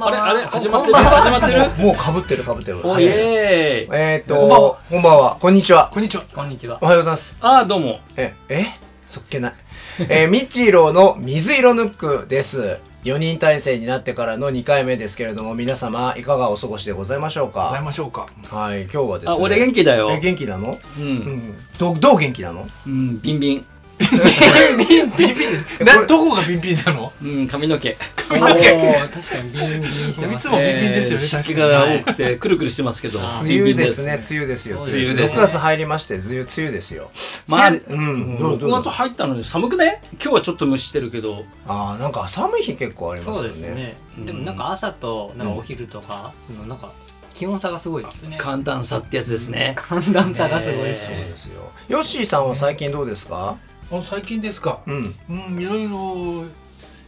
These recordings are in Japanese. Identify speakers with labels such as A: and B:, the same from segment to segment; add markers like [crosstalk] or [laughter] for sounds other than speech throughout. A: 始まってる始まってる
B: もうかぶってるかぶってる。
A: お
B: はい
A: イエーイ
B: えーっと、
C: こ
B: こ
C: んばんは
B: んばんは。こんにちは。
C: こんにちは。
D: こんにちは
B: お。はようございます。
A: ああどうも
B: え、えそっけない。えー、みちろの水色ヌックです。4人体制になってからの2回目ですけれども、皆様、いかがお過ごしでございましょう
C: ござい
B: か
C: ましょうか。
B: はい、今日はですね。
A: あ俺元気だよ
B: え、元気なの
A: う
B: うんん。どう、どう元気なの
A: うんビンビン
B: えこ
C: な
B: れ
C: どこがビンビンなの？
A: うん髪の毛
D: お
C: の毛
D: ー確かにビンビンしてま
C: いつ
D: す
C: もビンビンですよね
A: えー
C: 確か
A: 湿
C: に
A: 気が多くてくるくるしてますけど
B: 梅雨ですね、梅雨ですよ。
D: 梅
A: 雨ですね
B: 6月入りまして、梅雨、梅雨ですよ。
A: まあ
B: 梅雨うん、どうど
A: 6
B: う
A: 月入ったのに寒くね今日はちょっと蒸してるけど
B: ああ、なんか寒い日結構ありますよね。
D: そうですね
A: うん
D: でもなんか朝となんかお昼とかのなんか気温差がすごいですね
A: 寒暖差ってやつですね
D: 寒暖差がすごいです
B: そう
D: ね
B: ですよ。ヨッシーさんは最近どうですか
C: あ最近ですか。
B: うん。
C: うんいろいろ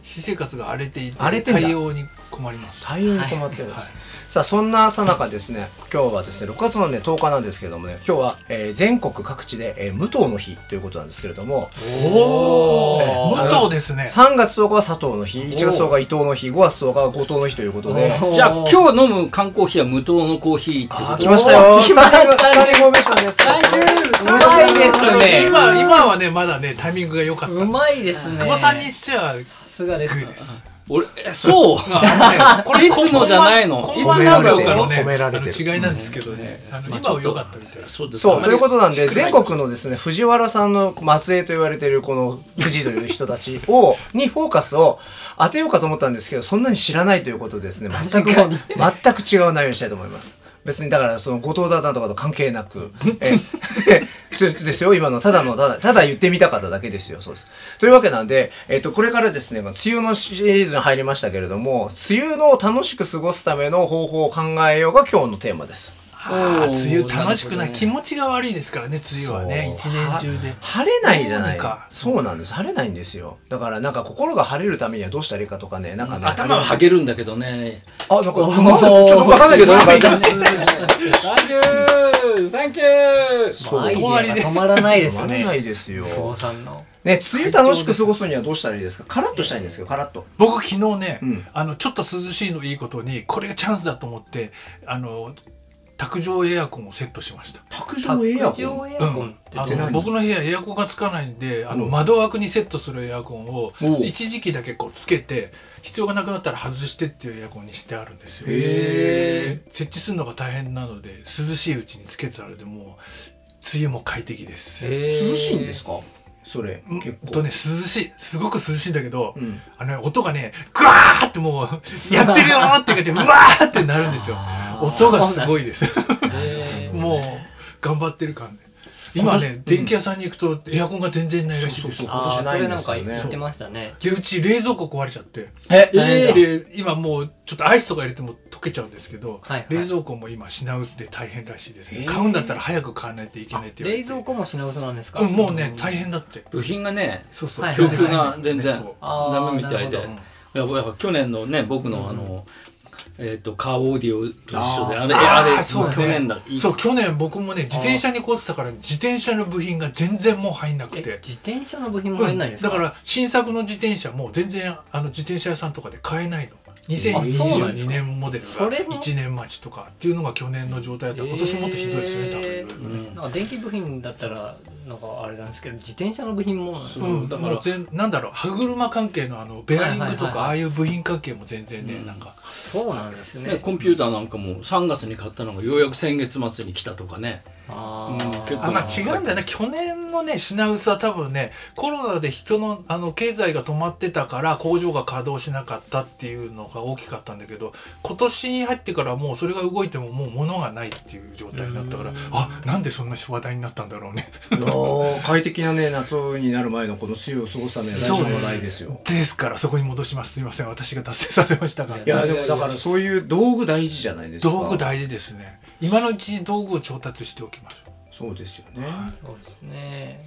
C: 私生活が荒れていて
B: 荒れてんだ
C: 対応に困ります。
B: 対応に困ってるんです、
C: はい
B: さあそんなさなかですね今日はですね6月のね10日なんですけどもね今日は、えー全国各地で、えー無糖の日ということなんですけれども
C: おお
B: ええ
C: 武藤ですね。
B: 3月10日は佐藤の日1月10日は伊藤の日5月10日は後藤の日ということで
D: おー
A: じゃあ今日飲む缶コーヒーは無糖のコーヒーってこと
B: あー来ましたよ
D: おー [laughs]
B: ス
D: 来
B: タ
D: ました
B: ン
D: ね
B: ディングスタンディングオベーションです
D: うまいですね
C: あの今今はねまだねタイミングが良かった。
D: うまいですね
C: 久保さんにしてはグ
D: さすがです
C: ーです。
A: 俺えそう
C: あのねこ
A: いつもじゃないの
C: コンマ何秒かのね
B: 褒められてる
C: あの違いなんですけどね。あの
A: まあ
C: 今は良かったみたいな。
A: そうです
B: そうということなん
A: あ
B: で
A: んまり
B: 全国のですね藤原さんの末裔と言われているこの藤という人たち [laughs] をにフォーカスを当てようかと思ったんですけどそんなに知らないということでですね [laughs] 全く全く違う内容にしたいと思います別にだからその後藤だなんとかと関係なくええ [laughs] そうですよ今のただのただただ言ってみたかっただけですよそうですというわけなんで、えっとこれからですね梅雨のシリーズに入りましたけれども梅雨のを楽しく過ごすための方法を考えようが今日のテーマです
C: あ
A: お
C: ー
A: ー
C: 梅雨楽しくな
A: なるほど
C: い
A: ね
C: 気持ちが悪いですからね梅雨はね一
B: そう
C: 年中で
B: は晴れないじゃない
C: どうにか
B: そうなんです晴れないんですよだからなんか心が晴れるためにはどうしたらいいかとかねなんかね
A: 頭ははげるんだけどね
B: あなんかなんかちょっとわかんないけどなんか
A: サンキューサンキュー
D: ア
B: そう
D: イデ
B: 止
D: ィアが止まらないです
B: まらな
D: ね
B: いですよ
D: 久保さんの
B: ね梅雨楽しく過ごすにはどうしたらいいですかカラッとしたいんですけどカラッと
C: 僕昨日ね、
B: うん
C: あのちょっと涼しいのいいことにこれがチャンスだと思ってあの卓上エアコンをセットしました。
B: 卓上エア
D: 卓
B: コ
D: 上
B: ン
D: エアコンって
C: あ
B: って
C: の
B: 何
C: 僕の部屋エアコンがつかないんであの
B: うん
C: 窓枠にセットするエアコンを
B: おう
C: 一時期だけこうつけて必要がなくなったら外してっていうエアコンにしてあるんですよ。
B: へ
C: で設置するのが大変なので涼しいうちにつけてあるでもう梅雨も快適です。
B: 涼しいんですかそれ
C: うん
B: 結
C: と
B: 構
C: ね涼しいすごく涼しいんだけど、
B: うん
C: あのね音がねグワーってもうやってるよーって感じでうわーってなるんですよ音がすごいですもう頑張ってる感で今ね電気屋さんに行くとエアコンが全然ないらしいです
B: そうそうそう
D: ああ
B: 今
D: そ
B: 年
D: れ
B: な
D: な
B: いん
D: ん
B: ですよ
D: か
B: ね
D: 言ってましたね
C: でうち冷蔵庫壊れちゃって
B: え
A: えー
C: で今もうちょっとアイスとか入れても溶けちゃうんですけど、
D: はいはい
C: 冷蔵庫も今品薄で大変らしいです、
B: えー
C: 買うんだったら早く買わないといけないって言われ
D: 冷
C: て
D: 蔵庫も品薄なんですか
C: うんもうね大変だって
A: 部品がね
C: そうそう、
D: はい
A: 供給が全然
C: そう
D: あー
A: ダメみたいで
D: な
A: やっ
D: る
A: ぱやっぱ去年のね僕のあのえっとカーオーディオと一緒で
B: あー
A: あれ
C: あ
A: あ
C: ー
A: れ
C: そう
A: もう
C: ね
A: 去年だい
C: そう去年僕もね自転車にこうってたから自転車の部品が全然もう入んなく
D: え
C: て
D: 自転車の部品も入んないんですか
C: うんだから新作の自転車も全然あの自転車屋さんとかで買えないの
D: そうなんで
C: 2022
D: すか
C: 年モデルが
D: それも
C: 1年待ちとかっていうのが去年の状態だったら今年もっとひどいですね多分い
D: え
C: ろいろ
D: ー
C: ね
A: うん
D: なんか電気部品だったらなんかあれなんですけど自転車の部品もなんです
A: う
D: か
A: ん
C: うん、
A: だ
C: だ
A: か
C: からら全なんだろう歯車関係のあのベアリングと
D: はいはいはい
C: か
D: はい
C: ああいう部品関係も全然ね、なんか
D: そうなんです
A: ね
D: ね
A: コンピューターなんかも3月に買ったのがようやく先月末に来たとかね
D: あ
A: うん結構
C: あ
D: ー
C: まあ違うんだよね去年のね品薄は多分ねコロナで人のあの経済が止まってたから工場が稼働しなかったっていうのが大きかったんだけど今年に入ってからもうそれが動いてももう物がないっていう状態になったからあなんでそんな話題になったんだろうね。
B: いやー快適なね夏になる前のこの梅雨を過ごすためには大事な話題ですよ
C: ですからそこに戻しますすいません私が達成させましたが
B: いやでもだからそういう道具大事じゃないですか
C: 道具大事ですね今のうちに道具を調達しておきましょう。
B: そうですよね
D: そうですね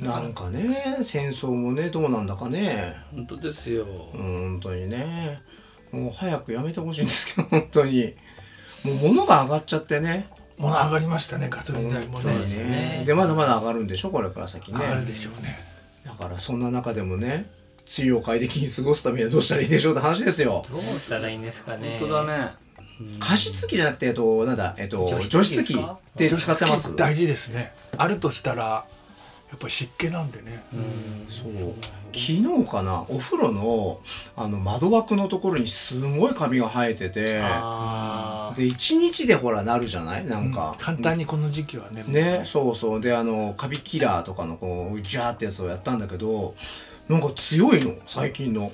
B: なんかね戦争もねどうなんだかね
A: 本当ですよ
B: うん本当にねもう早くやめてほしいんですけど [laughs] 本当にもう物が上がっちゃってね
C: 物上がりましたねガトリン代も
D: そうです
C: ね。
D: ね
B: でまだまだ上がるんでしょこれから先ね
C: 上がるでしょうね。
B: だからそんな中でもね梅雨を快適に過ごすためにはどうしたらいいでしょうって話ですよ
D: どうしたらいいんですかね
A: 本当だね
B: 加湿器じゃなくて、えっと、なんだ、えっと、除
D: 除
B: 湿
D: 湿
B: 器
D: 器
B: で
C: 除
B: 使っ
C: 湿
B: てます
C: 器。大事ですねあるとしたらやっぱり湿気なんでね、
B: そう昨日かなお風呂のあの窓枠のところにすごいカビが生えてて
D: あー
B: で1日でほらなるじゃないなんか、
C: うん簡単にこの時期はね
B: ねそうそうであのカビキラーとかのこううじゃーってやつをやったんだけどなんか強いの最近の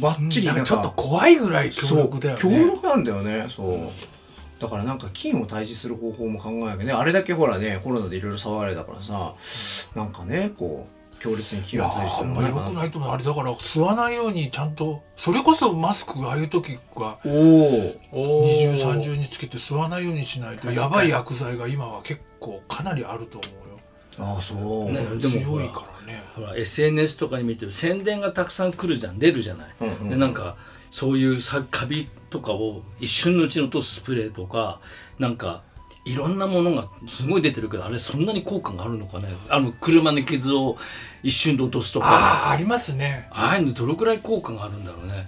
B: バッチリ
C: うん
B: なん
C: な
B: か
C: んかちょっと怖いぐらい強力だよね
B: そう強力なんだよねそうだからなんか菌を退治する方法も考えなきゃねあれだけほらねコロナでいろいろ騒がれたからさ、なんかねこう強烈に
C: い
B: 菌を
C: や
B: 退治す
C: ーあ
B: る
C: ん
B: の
C: ま
B: なん
C: 良く
B: かな
C: ないと思うあれだから吸わないようにちゃんとそれこそマスクああいう時は
B: おお
D: おー
C: 二重三重につけて吸わないようにしないとやばい薬剤が今は結構かなりあると思
B: ああそう、
A: ね
C: うよ
A: でもほ
C: 強
A: ら
C: いからね
A: ほら SNS とかに見てる宣伝がたくさん来るじゃん出るじゃない、
B: うんうん
A: でなんかそういうさカビとかを一瞬のうちに落とすスプレーとかなんかいろんなものがすごい出てるけどあれそんなに効果があるのかねあの車の傷を一瞬で落とすとか
C: ああありますね
A: ああいうのどのくらい効果があるんだろうね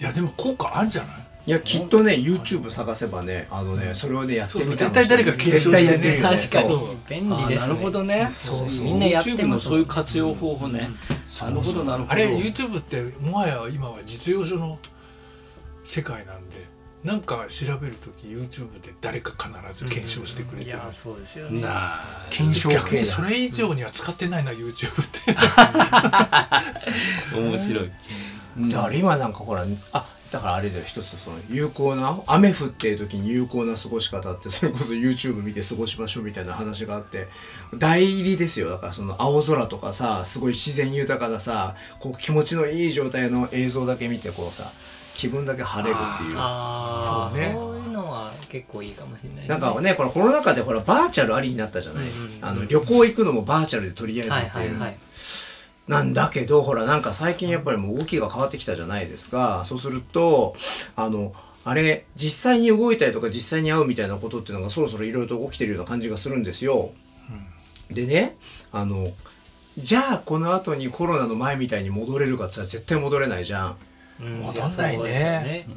C: いやでも効果あるんじゃない
B: いやきっとね YouTube 探せばねあのねそれをねやってみたの
C: そうそう絶対誰か検
B: 絶
C: 証
B: 対
C: し
B: や
C: てね
B: ってるよね
D: 確か
B: そう
D: に便利
A: あ
D: ですね
A: なるほどね
D: そうそう
A: み
D: み
A: んな
D: んな
A: や
D: や
A: っ
D: ってて
A: る
D: ます
A: のそういう活用方法ね、なるほどなるほど
C: あれ YouTube ってもはや今は実用書の世界なんでなんか調べる時 YouTube で誰か必ず検証してくれ
D: い
C: てる
D: やそうですよね
A: なあ
B: 検証
C: 逆
B: 系
C: に
B: だ
C: それ以上には使ってないな YouTube って
A: 面白い
B: だから今なんかほらあだからあれだよ一つその有効な雨降ってる時に有効な過ごし方ってそれこそ YouTube 見て過ごしましょうみたいな話があって大入りですよだからその青空とかさすごい自然豊かなさこう気持ちのいい状態の映像だけ見てこうさ気分だけ晴れるっていう
D: ああ
C: そ
D: そうう,、
C: ね
D: いうのは結構いいかもしれない、ね、
B: なんかねこれコロナ禍でほらバーチャルありになったじゃない、あの旅行行くのもバーチャルでとりあえず
D: はい
B: って
D: はいいうはい
B: なんだけど、ほら、なんか最近やっぱりもう動きが変わってきたじゃないですか。そうすると、あの、あれ、実際に動いたりとか実際に会うみたいなことっていうのがそろそろいろいろと起きてるような感じがするんですよ。でね、あの、じゃあこの後にコロナの前みたいに戻れるかって言ったら絶対戻れないじゃん。
D: うん
C: 戻んないね
D: そうですよね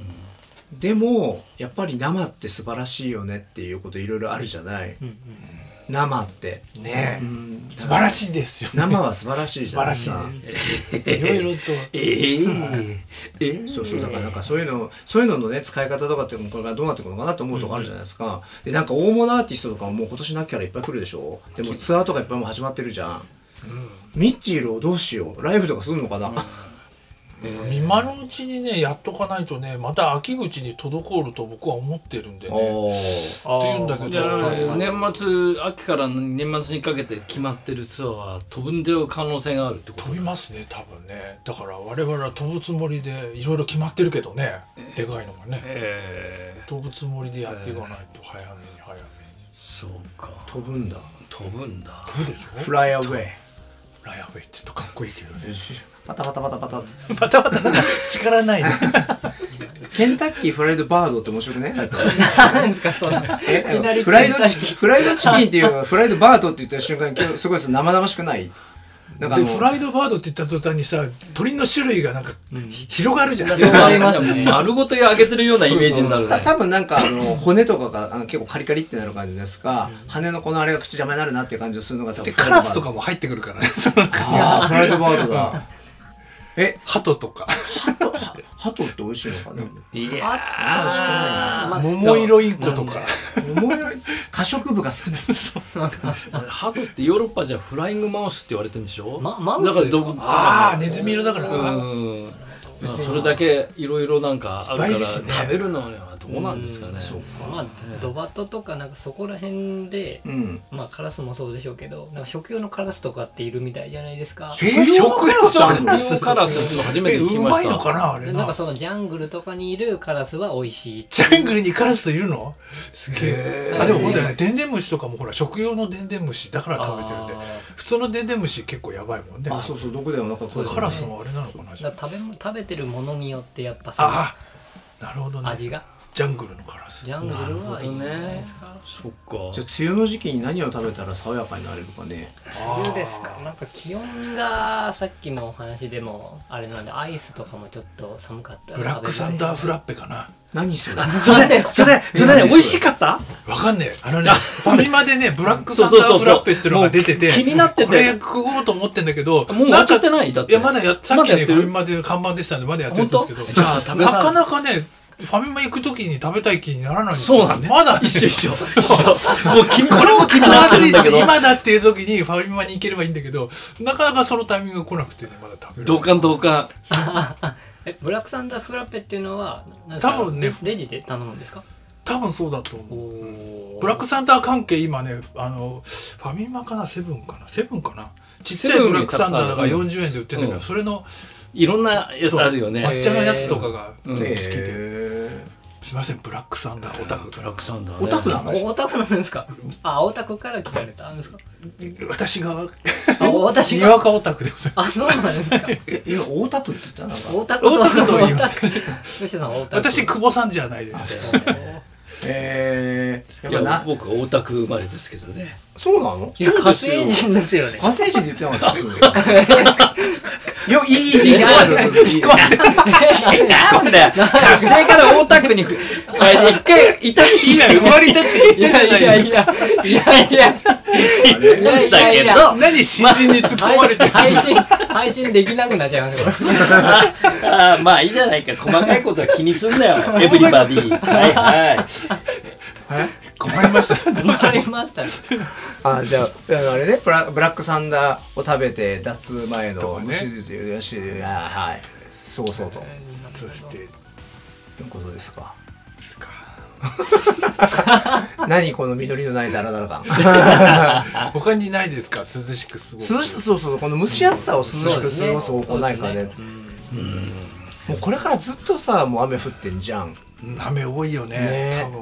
B: でも、やっぱり生って素晴らしいよねっていうこといろいろあるじゃない。
D: うん
B: 生って。
C: [laughs] ね
B: うん
C: え素晴らしいですよね
B: 生は素晴らしいじゃないですか。
C: 素晴らしいです [laughs] いろいろと
A: ええええ
B: そうそうだからなんかそういうのそういうののね使い方とかってこれからどうなっていくのかなと思うとこあるじゃないですか、でなんか大物アーティストとかももう今年の秋からいっぱい来るでしょでもツアーとかいっぱいもう始まってるじゃん、ミッチーローどうしようライブとかするのかな、
C: 今のうちにねやっとかないとねまた秋口に滞ると僕は思ってるんでね
B: おー
D: あー
C: っていうんだけ
A: じゃ
C: ど
A: あ年末秋から年末にかけて決まってるツアーは飛んじゃう可能性があるってこと
C: 飛びますね多分ねだから我々は飛ぶつもりでいろいろ決まってるけどねでかいのがね
A: ええ
C: 飛ぶつもりでやっていかないと早めに早めに
A: そうか
B: 飛ぶんだ
A: 飛ぶんだ
C: 飛ぶでしょ
B: フライアウェイ
C: ライアウェイってちょっとかっこいいけど [laughs] ね
B: パタパタパタパタって
C: 力ないね
B: ケンタッキーフライドバードって面白くねだって
D: なんですかそんな
B: え
D: きなり
B: フライドチ
D: ケンタッ
B: キンフライドチキンっていうのはフライドバードって言った瞬間に今日すごいさ生々しくないなんかあ
C: で
B: の
C: フライドバードって言った途端にさ鳥の種類がなんか広がるじゃん、
D: 広がりますね
A: [laughs] 丸ごと揚げてるようなイメージになる
B: た
A: ね
B: 多分なんかあの骨とかがあの結構カリカリってなる感じですか、羽のこのあれが口邪魔になるなっていう感じをするのが多
C: で
B: 分
C: カラスとかも入ってくるからねその
B: ああフライドバー [laughs] ドだえ
C: 鳩とか
B: ハトって美味しいのかな、
A: いや
D: あー
C: 桃色インコとか
B: 桃より過食部が少ない
A: ハトってヨーロッパじゃフライングマウスって言われてるんでしょ
D: まマウスです
A: だか
D: か
A: らど
C: ああネズミ色だから、
A: うんまあそれだけいろいろなんかある
C: いっぱいい
A: か
C: る
A: ら
C: しね
A: 食べるのはどうなんですかね
D: まあドバトとかなんかそこら辺で
B: うん
D: まあカラスもそうでしょうけどなんか食用のカラスとかっているみたいじゃないですか
B: えー食用カラスあんの
A: 食用カラスっていうの初め
C: え
A: て聞き
C: う
A: ま
C: まい
A: した
C: のかなあ
D: で
C: れ
D: な
C: なん
D: かそのジャングルとかにいるカラスは美味しい
C: ジャングルにカラスいるのすげえ
D: へ。ー
C: あ、でもほんとね、でんでん虫とかもほら、食用のでんでん虫だから食べてるんで
D: あー、
C: 普通のでんでん虫結構やばいもんね。
B: あそうそうどこでもなんかこう
C: カラスもあれなのかなじゃ
D: だから食べも食べてるものによってやっぱその
C: あ。あー、なるほどね。
D: 味が
C: ジャングルのカラス
D: ジャングルはいいんじゃないですか
A: そっか
B: じゃあ梅雨の時期に何を食べたら爽やかになれるかね
D: 梅雨ですかなんか気温がさっきのお話でもあれなんでアイスとかもちょっと寒かったら
C: ブラックサンダーフラッペかな
B: 何それ
D: それそれそれ美味しかった
C: わかんねえあのねファミマでねブラックサンダーフラッペっていうのが出てて
A: そうそうそうそうもう気気になってて
C: これ食おうと思ってんだけど
A: もう終わっちゃってない
C: んか
A: だって
C: いやまだやさっ
A: まだ
C: き
A: や
C: ね
A: っ
C: フ
A: て
C: ァ
A: る
C: ミマで看板でしたんでまだやってるん
A: 本
C: で
A: 当
C: すけど
A: じゃあ食べ
C: な
A: た
C: かなかねファミマ行く時に食べたい気にならないんですよ
A: そうなんだよ
C: まだね
A: 一緒一緒一緒もう君これも気に
C: 気
A: な
C: ま
A: って
C: ず
A: る
C: い
A: んだ
C: し
A: けど
C: 今だっていう時にファミマに行ければいいんだけどなかなかそのタイミングが来なくてねまだ食べる
A: 同感同感
D: えブラックサンダーフラッペっていうのはなんですか
C: 多分ね
D: レレジで頼むんですか
C: 多分そうだと思う
D: お
C: ブラックサンダー関係今ねあのファミマかなセブンかなセブンかなちっちゃい
A: セブン
C: ブラックサンダーが
A: たくさんある
C: 40円で売ってるんだけど、
A: うん
C: それの
A: いろんなやつあるよね
C: 抹茶のやつとかが好きで、
B: え
C: すいませんブラックサンダーオタク、
A: ブラックサンダー
B: オ
A: ね
B: タクなの
D: おオタクなんですかあオタクから聞かれたん
C: [laughs]
D: ですか
C: 私
B: [laughs]
C: が
D: あ私
C: に
D: が
C: わかオタクでございま
D: あそうなんです
C: [laughs]
D: か
B: え今大田区って言ったなんか
D: オタクと
C: オタクという
D: オタク [laughs] 吉田さんはオタ
C: す
D: ク
C: 私久保さんじゃないです
B: ええ
A: い
B: やっぱ
A: や
B: な
A: 僕はオタク生まれですけどね
B: そうなの
D: いや火星人ですよね
B: 火星人って言ってなかったよいいいい
D: 違う
B: い
A: なんだよ火星からオタクにふあ一回いた日以来生まれたって
D: いやいやいやいやいや
A: 言ったんだ
D: いやいやい
A: け
D: や
A: ど
C: 何新人に突っ込まれてる
D: 配信配信できなくなっちゃいますよ
A: あーまあいいじゃないか細かいことは気にすんなよエブリバディはいはい
C: 困りました
D: 困りましたね
B: あじゃああれねブラブラックサンダーを食べて脱前
C: と
B: の
C: かね
B: 手術よしいやはい過ごそうと
C: そして
B: ということですか
C: ですか
B: 何この緑のないダラダラ感
C: 他にないですか涼しく過ごす
B: 涼しそうそうこの蒸し暑さを涼し
D: そうで
B: く
D: すね
B: 過ごす方法ないかねもうこれからずっとさもう雨降ってんじゃん
C: 雨多いよね
B: ね
C: 多分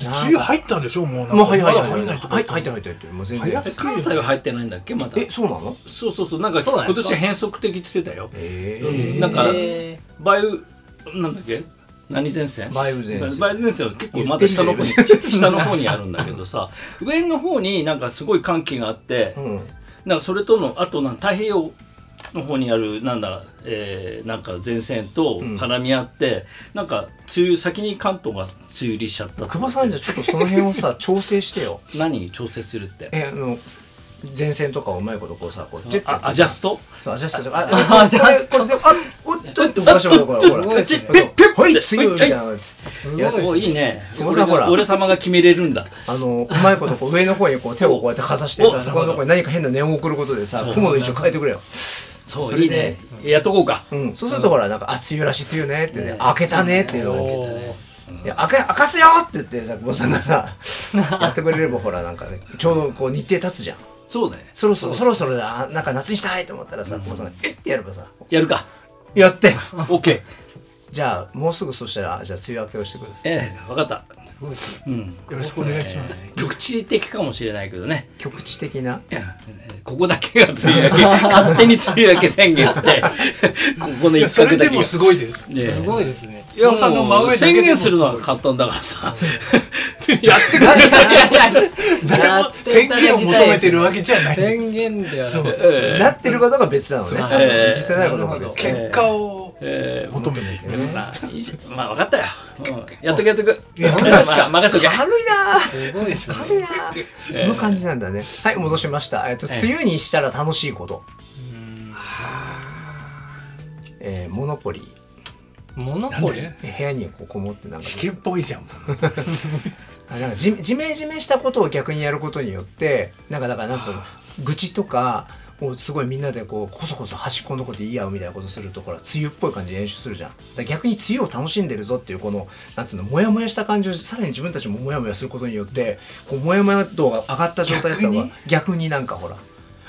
B: なんか
C: 梅雨入ったんでしょもうなんか
B: もうはいはい
C: ま
B: はい
C: だ
B: 入っ
C: 入んない
B: て入って入ってもう全然
C: 早すぎる
A: 関西は入ってないんだっけまだ
B: えそうなの
A: そうそうそうなんか
D: そうなん
A: 今
D: ですか
A: 年変則的って言ってたよ
B: え
A: なんか
D: え
A: 梅雨なんだっけ何前線
B: 梅雨前線
A: 梅雨前線は結構まだ下の方に
B: 言
A: 下の方にあるんだけどさ上の方になんかすごい寒気があって、
B: うん
A: なんかそれとのあとなん太平洋の方にあるなんだ、えーなんか前線と絡み合って、なんか梅雨先に関東が梅雨入りしちゃった
B: 久保さんじゃちょっとその辺をさ調整してよ
A: 何調整するって
B: えあの前線とかをうまいことこうさこうジェット
A: あアジャスト
B: そうアジャストああこれこれであおっとって動かしましょうほらほ
D: す
B: ら
D: ご
B: はいい
D: ですね
A: ピッピッ
B: はい
A: って
B: 次みたいな感じ
D: ー
B: いや
D: すご
A: お
D: いで
A: い
D: すね
A: いね
B: 久保さん
A: 俺が
B: ほら
A: 俺様が決めれるんだ
B: あのうまいことこう上の方にこう手をこうやってかざして
A: お
B: さそこのとこに何か変な念を送ることでさ雲の位置を変えてくれよ
A: そ
B: そうれ
A: いいねやっとこうか
B: うんそうするとほらなんか「あ梅雨らしい梅雨ね」ってね「開けたね」っていうのを
D: おー
B: いや、開け、開かすよって言って、さ、久保さんが [laughs] さ、やってくれれば、ほら、なんかね、ちょうどこう日程立つじゃん。
A: そうだね
B: そろそろ、そろそろだ、あなんか夏にしたいと思ったらさ、久保さんが、えってやればさ、
A: やるか
B: やって。
A: OK
B: じゃあ、もうすぐそしたら、じゃあ、梅雨明けをしてく [laughs] ださい。
A: [laughs] ええ分かった
D: すごいですね
A: うん
C: よろしくお願いします
A: 局地的かもしれないけどね
B: 局地的な。
A: いやここだけが梅雨明
C: [laughs]
A: け勝手に梅雨明け宣言してここの一
C: そ
A: 角
C: れ
A: だ
C: で
A: け
C: も
A: が
C: すごいで
A: ね
C: す
A: え
D: すごいですね
A: いや
C: さんの真
A: もう
C: 上だけ
A: 宣
C: でも
A: 言するのは簡単だからさ
C: やってく
D: い
C: れ
D: やいやいや
C: 誰も宣言を求めてるわけじゃない
D: 宣言では
C: そ
D: な
C: う
D: い
B: なってることが別なのね。
A: ええ
B: 実際ないことが別。
C: 結果を
A: えー
C: 求めてい
A: でもさいいじゃんまあ分かったよ、うんやっとくやっとくまあ任せとけ
B: [laughs] 軽いなぁ
D: すごいですね
B: 軽いなぁその感じなんだね。はい、戻しました。えっと、梅雨にしたら楽しいこと。えー、モノポリー。
D: モノポリ
B: え部屋にこうこもってなんか
C: 危険っぽいじゃん
B: あなんかじじめじめしたことを逆にやることによってなんかだからなんつうの愚痴とかをすごいみんなでこうこそこそ端っこのとこで言い合うみたいなことするとほら梅雨っぽい感じで演出するじゃんだから逆に梅雨を楽しんでるぞっていうこのなんつうのモヤモヤした感じをさらに自分たちもモヤモヤすることによってこうモヤモヤ度が上がった状態だったのが
C: 逆
B: 逆
C: に
B: になんかほら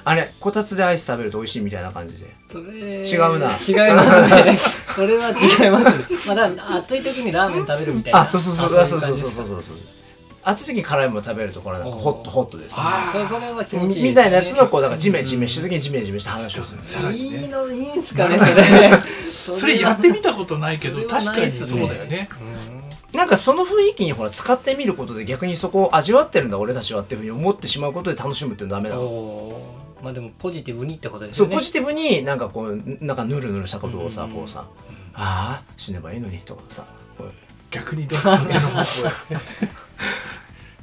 B: あれこたつでアイス食べると美味しいみたいな感じで
D: それ
B: 違うな
D: 違いますねそれは違いますねまあだから暑い時にラーメン食べるみたいな
B: あそうそうそう
D: あ
B: あそうそうそう
D: い
B: そ
D: 感
B: うそうそう暑い時に辛いもの食べるとこれなんかホットホットですね
D: じですねそそれは気持ちいい
B: みたいなやつのこうだからジメジメした時にジメジメした話をする
C: さらに
D: いい
C: ね
D: のいいんすかねそれ
C: それやってみたことないけど
D: それは
C: 確
D: な
C: か
D: い
C: に
D: っすね
C: そうだよね
B: なんかその雰囲気にほら使ってみることで逆にそこを味わってるんだ俺たちはっていうふうに思ってしまうことで楽しむっていうのはダメなの
D: おーまあでもポジティブにってことです
B: そ
D: よ
B: う
D: ね
B: ポジティブになんかこうなんかぬるぬるしたことをさ
D: うん
B: こうさああ死ねばいいのにとかさこう
C: 逆にどうそっちの方向へ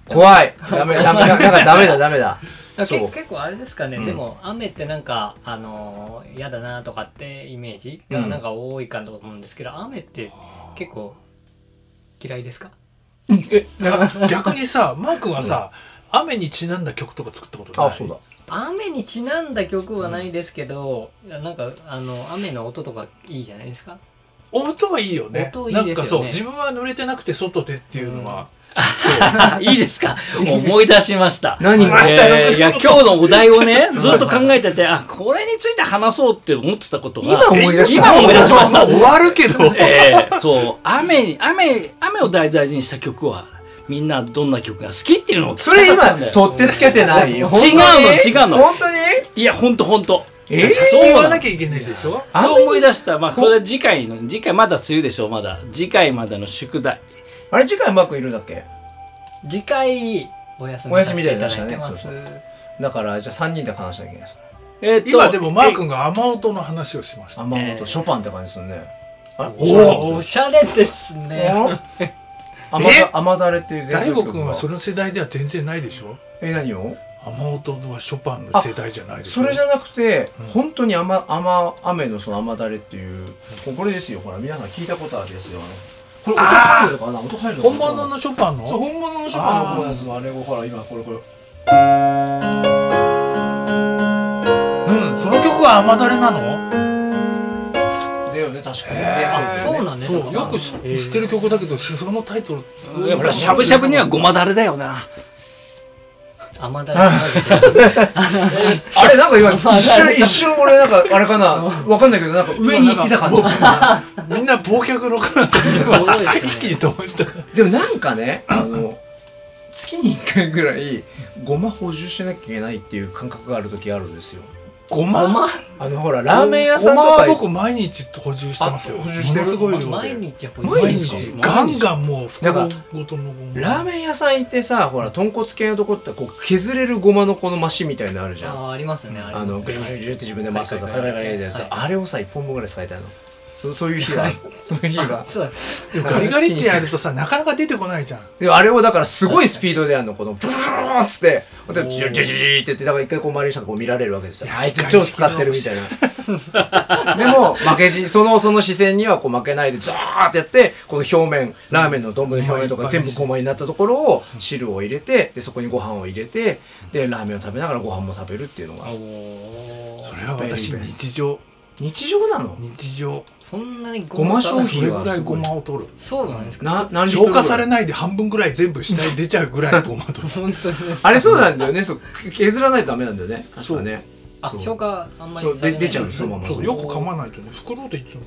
B: 怖いダメダメだなんかダメだダメだ
D: あけ
B: そう
D: 結構あれですかね、
B: うん
D: でも雨ってなんかあのー嫌だなとかってイメージ
B: う
D: が
B: ん
D: なんか多いかと思うんですけど、雨って結構嫌いですか
C: あ逆にさマー君はさ、雨にちなんだ曲とか作ったことない
B: あそうだ
D: 雨にちなんだ曲はないですけど、いやなんかあの雨の音とかいいじゃないですか
C: 音はいいよね
D: 音いいですよね
C: なんかそう自分は濡れてなくて外でっていうのは、
A: あいいですか思い出しました。
B: 何
A: えーいや、今日のお題をね、ずっと考えてて、あ、これについて話そうって思ってたことが、
B: 今思い出した
A: 今思い出しました
C: もう終わるけど
A: えーそう、雨に、雨、雨を題材にした曲は、みんなどんな曲が好きっていうのを聞き
B: それ
A: たかった
B: 今
A: んだよ。
B: 取ってつけてない違う
A: 違うの違うの
B: 本当に
A: いや、ほんとほんと。
B: えー
C: そう言わな
A: きゃ。
C: きゃいけないでしょ
A: そう思い出した。まあ、これは次回の、次回まだ梅雨でしょ、まだ。次回までの宿題。
B: あれ次回マークいるんだっけ
D: 次回お休み
B: お
D: さ
B: 休
D: せ
B: み
D: てい
B: だよ
D: た
B: ね
D: だいてます
B: そうだからじゃあ3人で話しなきゃいけないです
A: えーっと
C: 今でもマー君が雨音の話をしました
B: あんま
A: えー
B: とショパンって感じするねあれ
D: おおしゃれですね
B: 雨
C: え
B: だ雨だれっていう前
C: 大
B: 奏
C: 悟
B: 曲
C: 君はその世代では全然ないでしょ
B: え何を
C: 雨音はショパンの世代じゃないでしょ
B: それじゃなくて、
C: うん
B: 本当に雨雨雨のその雨だれっていうこれですよほら皆さん聞いたことあるですよこれ音入るのかな音入るのか
C: 本
B: な
C: 物のショパン
B: そう
C: の
B: 本物のショパンのこのやつのあれをほら今これこれ
C: うんその曲は雨だれなの
B: だよね確かに、
D: あ
B: 前
D: そう
B: 奏曲ね
D: なんですか
C: そうよくし
D: えー
C: 知ってる曲だけどそのタイトル
A: やっぱしゃぶしゃぶにはごまだれだよな。
D: 雨だれ
B: あれなんか今 [laughs] 一瞬一瞬俺なんかあれかなわかんないけどなんか上に行ってた感じ
C: みんな忘却の彼方 [laughs] に
D: そうです
B: [laughs]
D: ね
C: 一気に飛ばしたから
B: でもなんかねあの月に1回ぐらいごま補充しなきゃいけないっていう感覚がある時あるんですよ
C: ごま
D: ごま
B: あのほらラーメン屋さんと
C: ごま
B: か
C: は僕毎日補充してますよ
B: あ補充してる
C: ものすごい量で
D: 毎日ほ
B: 毎
C: 毎
B: 日
C: 日ガンガンもう袋ごとのごま
B: ラーメン屋さん行ってさほら豚骨系のとこってこう削れるごまのこのマシンみたいのあるじゃん
D: あありますねあり
B: あ
D: ますね
B: のぐじゅぐじゅぐじゅって自分で回すとさ
D: は
B: カ
D: い
B: ラカラカラでさ
D: はい
B: あれをさ1本分ぐらい使いたいのそそういう日がそういう日が
D: そうだ
C: でもガリガリってやるとさなかなか出てこないじゃん
B: であれをだからすごいスピードでやるのこのジュジュジューンっつってでジュジュジュジュって言ってだから一回こう周りの人がこう見られるわけですよ
C: いや
B: あいつ超使ってるみたいなでも負けじそのその視線にはこう負けないでザーってやってこの表面ラーメンの丼の表面とか全部ごまになったところを汁を入れてでそこにご飯を入れてでラーメンを食べながらご飯も食べるっていうのが
D: お
C: そ
D: ー
C: れは私日常
B: 日常なの
C: 日常
D: そんなに
B: ごま商
C: そ
B: 品
C: れ
B: は
C: ぐらいごまを取る
D: そうなんですか
B: な何リットル
C: 消
B: ぐら
C: 化
B: い
C: されないで半分ぐらい全部下に出ちゃうぐらいごま取る
D: 本当に
B: あれそうなんだよねそう削らないとダメなんだよね確かね
D: あ
B: そう
D: 消化あんまり
B: そう
D: されない
B: で出ちゃうそのまま
C: そうよく噛まないとね袋でいつも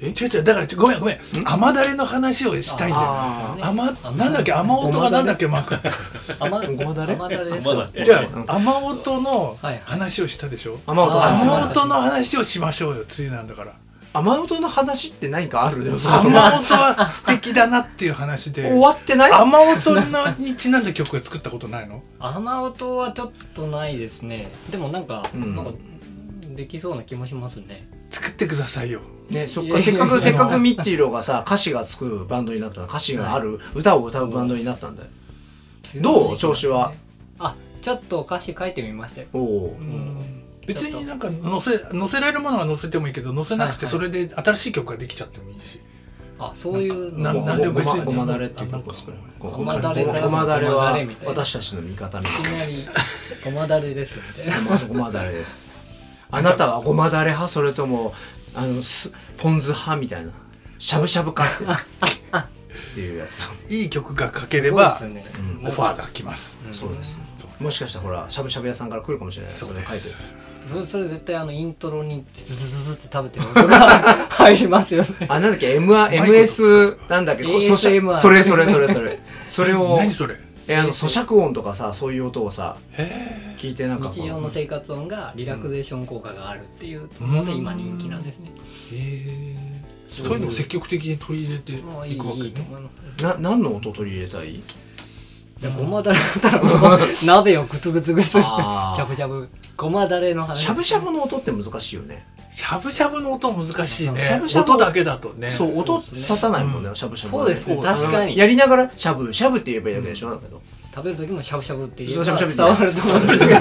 C: え違う違うだからごめんごめん甘だれの話をしたいんだよ
B: あー
D: ね
C: 甘なんだっけ雨音がなんだっけマーク
D: 甘
B: ごまだれ
D: 甘だれです
A: ごま
D: か
A: だ
C: [laughs]
A: れ
C: じゃあ雨音の
D: はい
C: 話をしたでしょ
B: 雨音
D: あーし
C: 雨
D: ました
C: 音の話をしましょうよ梅雨なんだから
B: 雨音の話って何かあるよそも
C: 雨
B: そ
C: 音
B: も
C: は素敵だなっていう話で
B: 終わってない
C: 雨音のにちなんだ曲を作ったことないの
D: 雨音はちょっとないですねでもなんか、
B: うん
D: なんかできそうな気もしますね
C: 作ってくださいよ
B: ね、そっ
D: い
B: か
D: やいや
B: せっか
D: い
B: く
D: や
B: せっかくミッチーロがさ歌詞がつくバンドになったの歌詞がある歌を歌うバンドになったんだよどう調子は
D: あちょっと歌詞書いてみましたよ
B: おお
D: ん
C: 別になんか載せ載せられるものは載せてもいいけど載せなくて
D: はい
C: それで新しい曲ができちゃってもいいし、
D: あそういう
C: な
D: の
C: ん
D: も
C: なんでも
B: ご
C: 別
B: ま
C: に
B: ごまだれっていう曲を作るご
D: ご
B: ま
D: ま
B: だ
D: だ
B: れ
D: れ
B: ごまだれ
D: ごまだ
B: は
D: れみたいな
B: 私たちの味方み
D: い
B: た
D: き
B: い
D: なりごまだれですみたいな
B: なごまだれですあなたはごまだれ派それともあのすポン酢派みたいなしゃぶしゃぶか [laughs] ってっていうやつ
C: いい曲が書ければ
D: そうですね
C: オファーが来ます、
B: そうですもしかしたらほらしゃぶしゃぶ屋さんから来るかもしれないそれ書いてる
D: そそれ絶対あのイントロにズズズズって食べてる音が入りますよね
B: あ、なんだっけ、M、MS、なんだっけ、こう咀嚼
D: ASMR
B: それそれそれ
D: [laughs]
B: それ。それを、
C: 何それ
B: え、あの、咀嚼音とかさ、そういう音をさ、
C: へ
B: 聞いてなんかこう
D: 日常の生活音がリラクゼーション効果があるっていうところで今人気なんですね、
C: えそういうのを積極的に取り入れて
D: まあいい
C: いくわけ
D: いいと
C: ね
D: 思います
B: な何の音取り入れたい
D: いやごまだれだったらもう鍋をグツグツグツジ
B: あー
D: ャブジャブごまだれの話
B: しゃぶしゃぶの音って難しいよね
C: しゃぶしゃぶの音難しいね
B: しゃぶしゃぶ
C: 音だけだとね
B: そう音
D: そうですね
B: 立たないもんねしゃぶしゃぶ
D: そうですね確かに
B: やりながらしゃぶしゃぶって言えばいいわけでしょだけど
D: 食べる時もしゃぶしゃぶって言
B: し
D: えば
B: ゃぶしゃぶ
D: 伝わると思うんですけど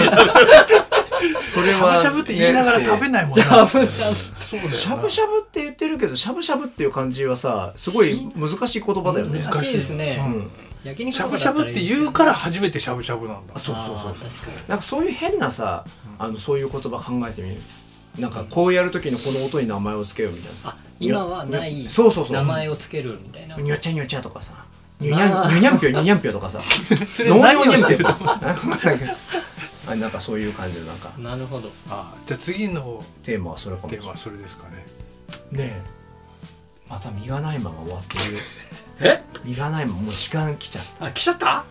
B: そ
C: しゃぶしゃぶって言いながら食べ
B: べ
C: ないもんね
D: しゃぶしゃぶ
C: そうだよな
B: しゃぶしゃぶって言ってるけどしゃぶしゃぶっていう感じはさすごい難しい言葉だよね
C: 難
D: 難しいですね、
B: うん
D: 焼肉
C: し
D: と
C: ゃ
D: か
C: ぶし
D: だ
C: ゃ
D: ったら
C: ぶ
D: いい
C: って
D: です
C: 言うから初めてしゃぶしゃぶなんだ
B: あそうそうそう
D: あー
B: そう
D: 確かに
B: なんかそういう変なさあのそういう言葉考えてみるなんかこうやる時のこの音に名前をつけようみたいなさ
D: あ今はない
B: そうそうそう
D: 名前をつけるみたいな
B: にょちゃにょちゃとかさにゅに
D: あ
B: ゃ
D: ー
B: んにゅにゃんぴょにゅにゃんぴょとか
D: [laughs]
B: さ
C: それ何をしてる
B: 農業にゃんぴょとか [laughs] あなんかそういう感じのなんか
D: なるほど
C: あじゃあ次の
B: テーマはそれかもし
C: テ
B: れ
C: ー
B: な
C: マ
B: い
C: はそれですかね
B: ねえまた身がないまま終わってる [laughs]
A: え
B: 身がないままもう時間来ちゃっ
A: あ来ちゃった
B: た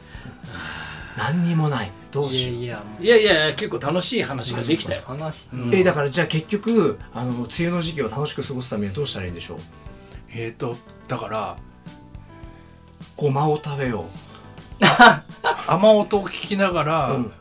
B: 何にもないどう
D: い
B: し
D: や
B: よう
D: いやもう
A: いやいやいや結構楽しい話ができたよ
D: 話、
A: うん
B: えーだからじゃあ結局あの梅雨の時期を楽しく過ごすためにはどうしたらいいんでしょう
C: えーとだから
B: ごまを食べよ
C: 雨音を聞きながら、
B: う、うん、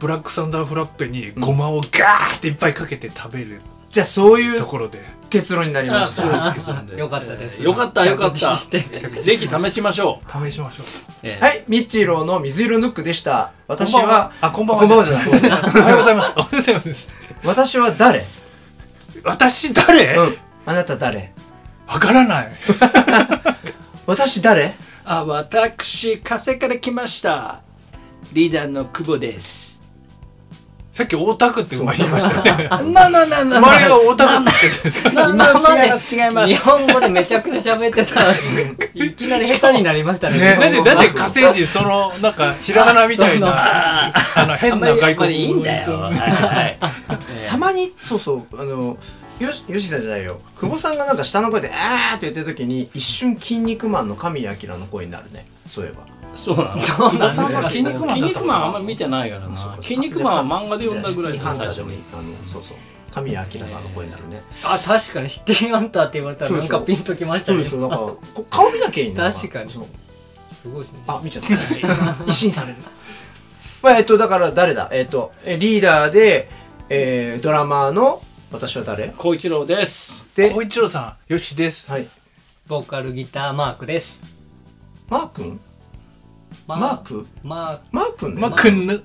C: ブラックサンダーフラッペにごまをガーっていっぱいかけて食べる
B: じゃあそういう
C: ところで、
B: 結論になりま
A: あ
B: し
A: そう
B: た
A: なんで
D: よかったです、
A: えーよかったよかっ
D: 着地
A: た
D: して
A: ぜひ試しましょ
C: 試しましょ
A: う、
C: う
A: えー
B: はいミッチーローの水色ヌックでした私
C: こんばん
B: は
C: あこんばん
B: こ
C: は
B: んばんはじゃ
C: おはようございますおはようございます
B: 私は誰
C: 私誰
B: う
C: わ、
B: んあなた誰
C: からない
B: 私誰
A: あ私加瀬から来ましたリーダーの久保です
C: さっき大田区って今言いました [laughs] ね
A: あなななな
C: 生まれが大田区って言ってるじゃないです
A: 今違
C: か
A: います違います
D: 日本語でめちゃくちゃ喋ってた
A: [laughs]
D: らいきなり下手になりましたね
B: ね
C: なんで、
B: そうそうそう
C: なんで火星人、その、なんか、ひらがなみたいな、あの、変な外
A: これ
C: 国
A: いいんだよはいはいえ
B: た
A: ー
B: まにそうそうあのよしよしさんじゃないよ久保さんがなんか下の声で「あー」って言ってる時に一瞬「筋肉マン」の神谷明の声になるねそういえば
A: [laughs] そうなの
D: そうなん
C: さん
A: [laughs]
C: は筋肉マンだった
A: 筋
C: のかな
A: 肉マンあんまり見てないからな
B: そうか
A: 筋肉マンは漫画で読んだぐらい
B: じ
A: で
B: ゃあ
A: 最
B: シティハンター
A: 初
B: でもいい
A: に
B: あのそうそう神谷明さんの声になるね
D: あ確かにシティハンターって言われたらなん
B: そう
D: か
B: でしょ
D: ピンときました
B: そう
D: ね
B: でしょだからこ顔見なきゃいいんだ
D: 確かに
B: そう
D: すごいですね
B: あ見ちゃった一新されるまあえっとだから誰だえっとえリーダーで、えー、ドラマーの私は誰
A: 光一郎です
B: で
C: 小一郎さん、よしです。
B: はい
D: ボーカルギターマークです
B: マー君
D: マ
B: マーク
D: マーク
B: マー君ね
C: まあ、くんぬ。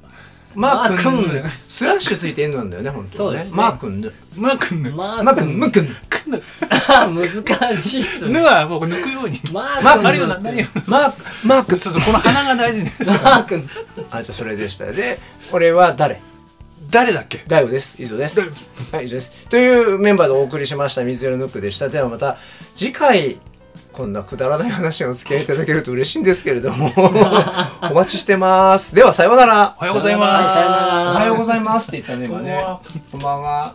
B: マー
D: マ
B: 君
D: ー君
B: スラッシュついて N なんだよね本当
D: そう
B: は
D: で
B: ね
D: すね
B: マー君ぬ
C: まあ、くんぬ。
D: マ
B: マ
D: ーク
B: ー君む君
D: あ [laughs] 難しいっす
C: ぬ
D: ね
C: は、もう抜くように。
D: マ
B: マー
D: ー
B: ク
D: ク
C: あるよな、何よ。
B: マークマー君
C: そうそう、この鼻が大事です。
D: マーク
B: あじゃあそれでしたで俺は誰
C: 誰だっけ
B: 大悟です以上です
C: 大悟です
B: はい以上ですというメンバーでお送りしました水色ヌックでしたではまた次回こんなくだらない話にお付き合いいただけると嬉しいんですけれど
C: [laughs]
B: もお待ちしてますではさようなら
C: おはようございます
D: さようなら
B: おはようございますって言ったね今
C: こんばん
B: ね
C: は
B: こんばんは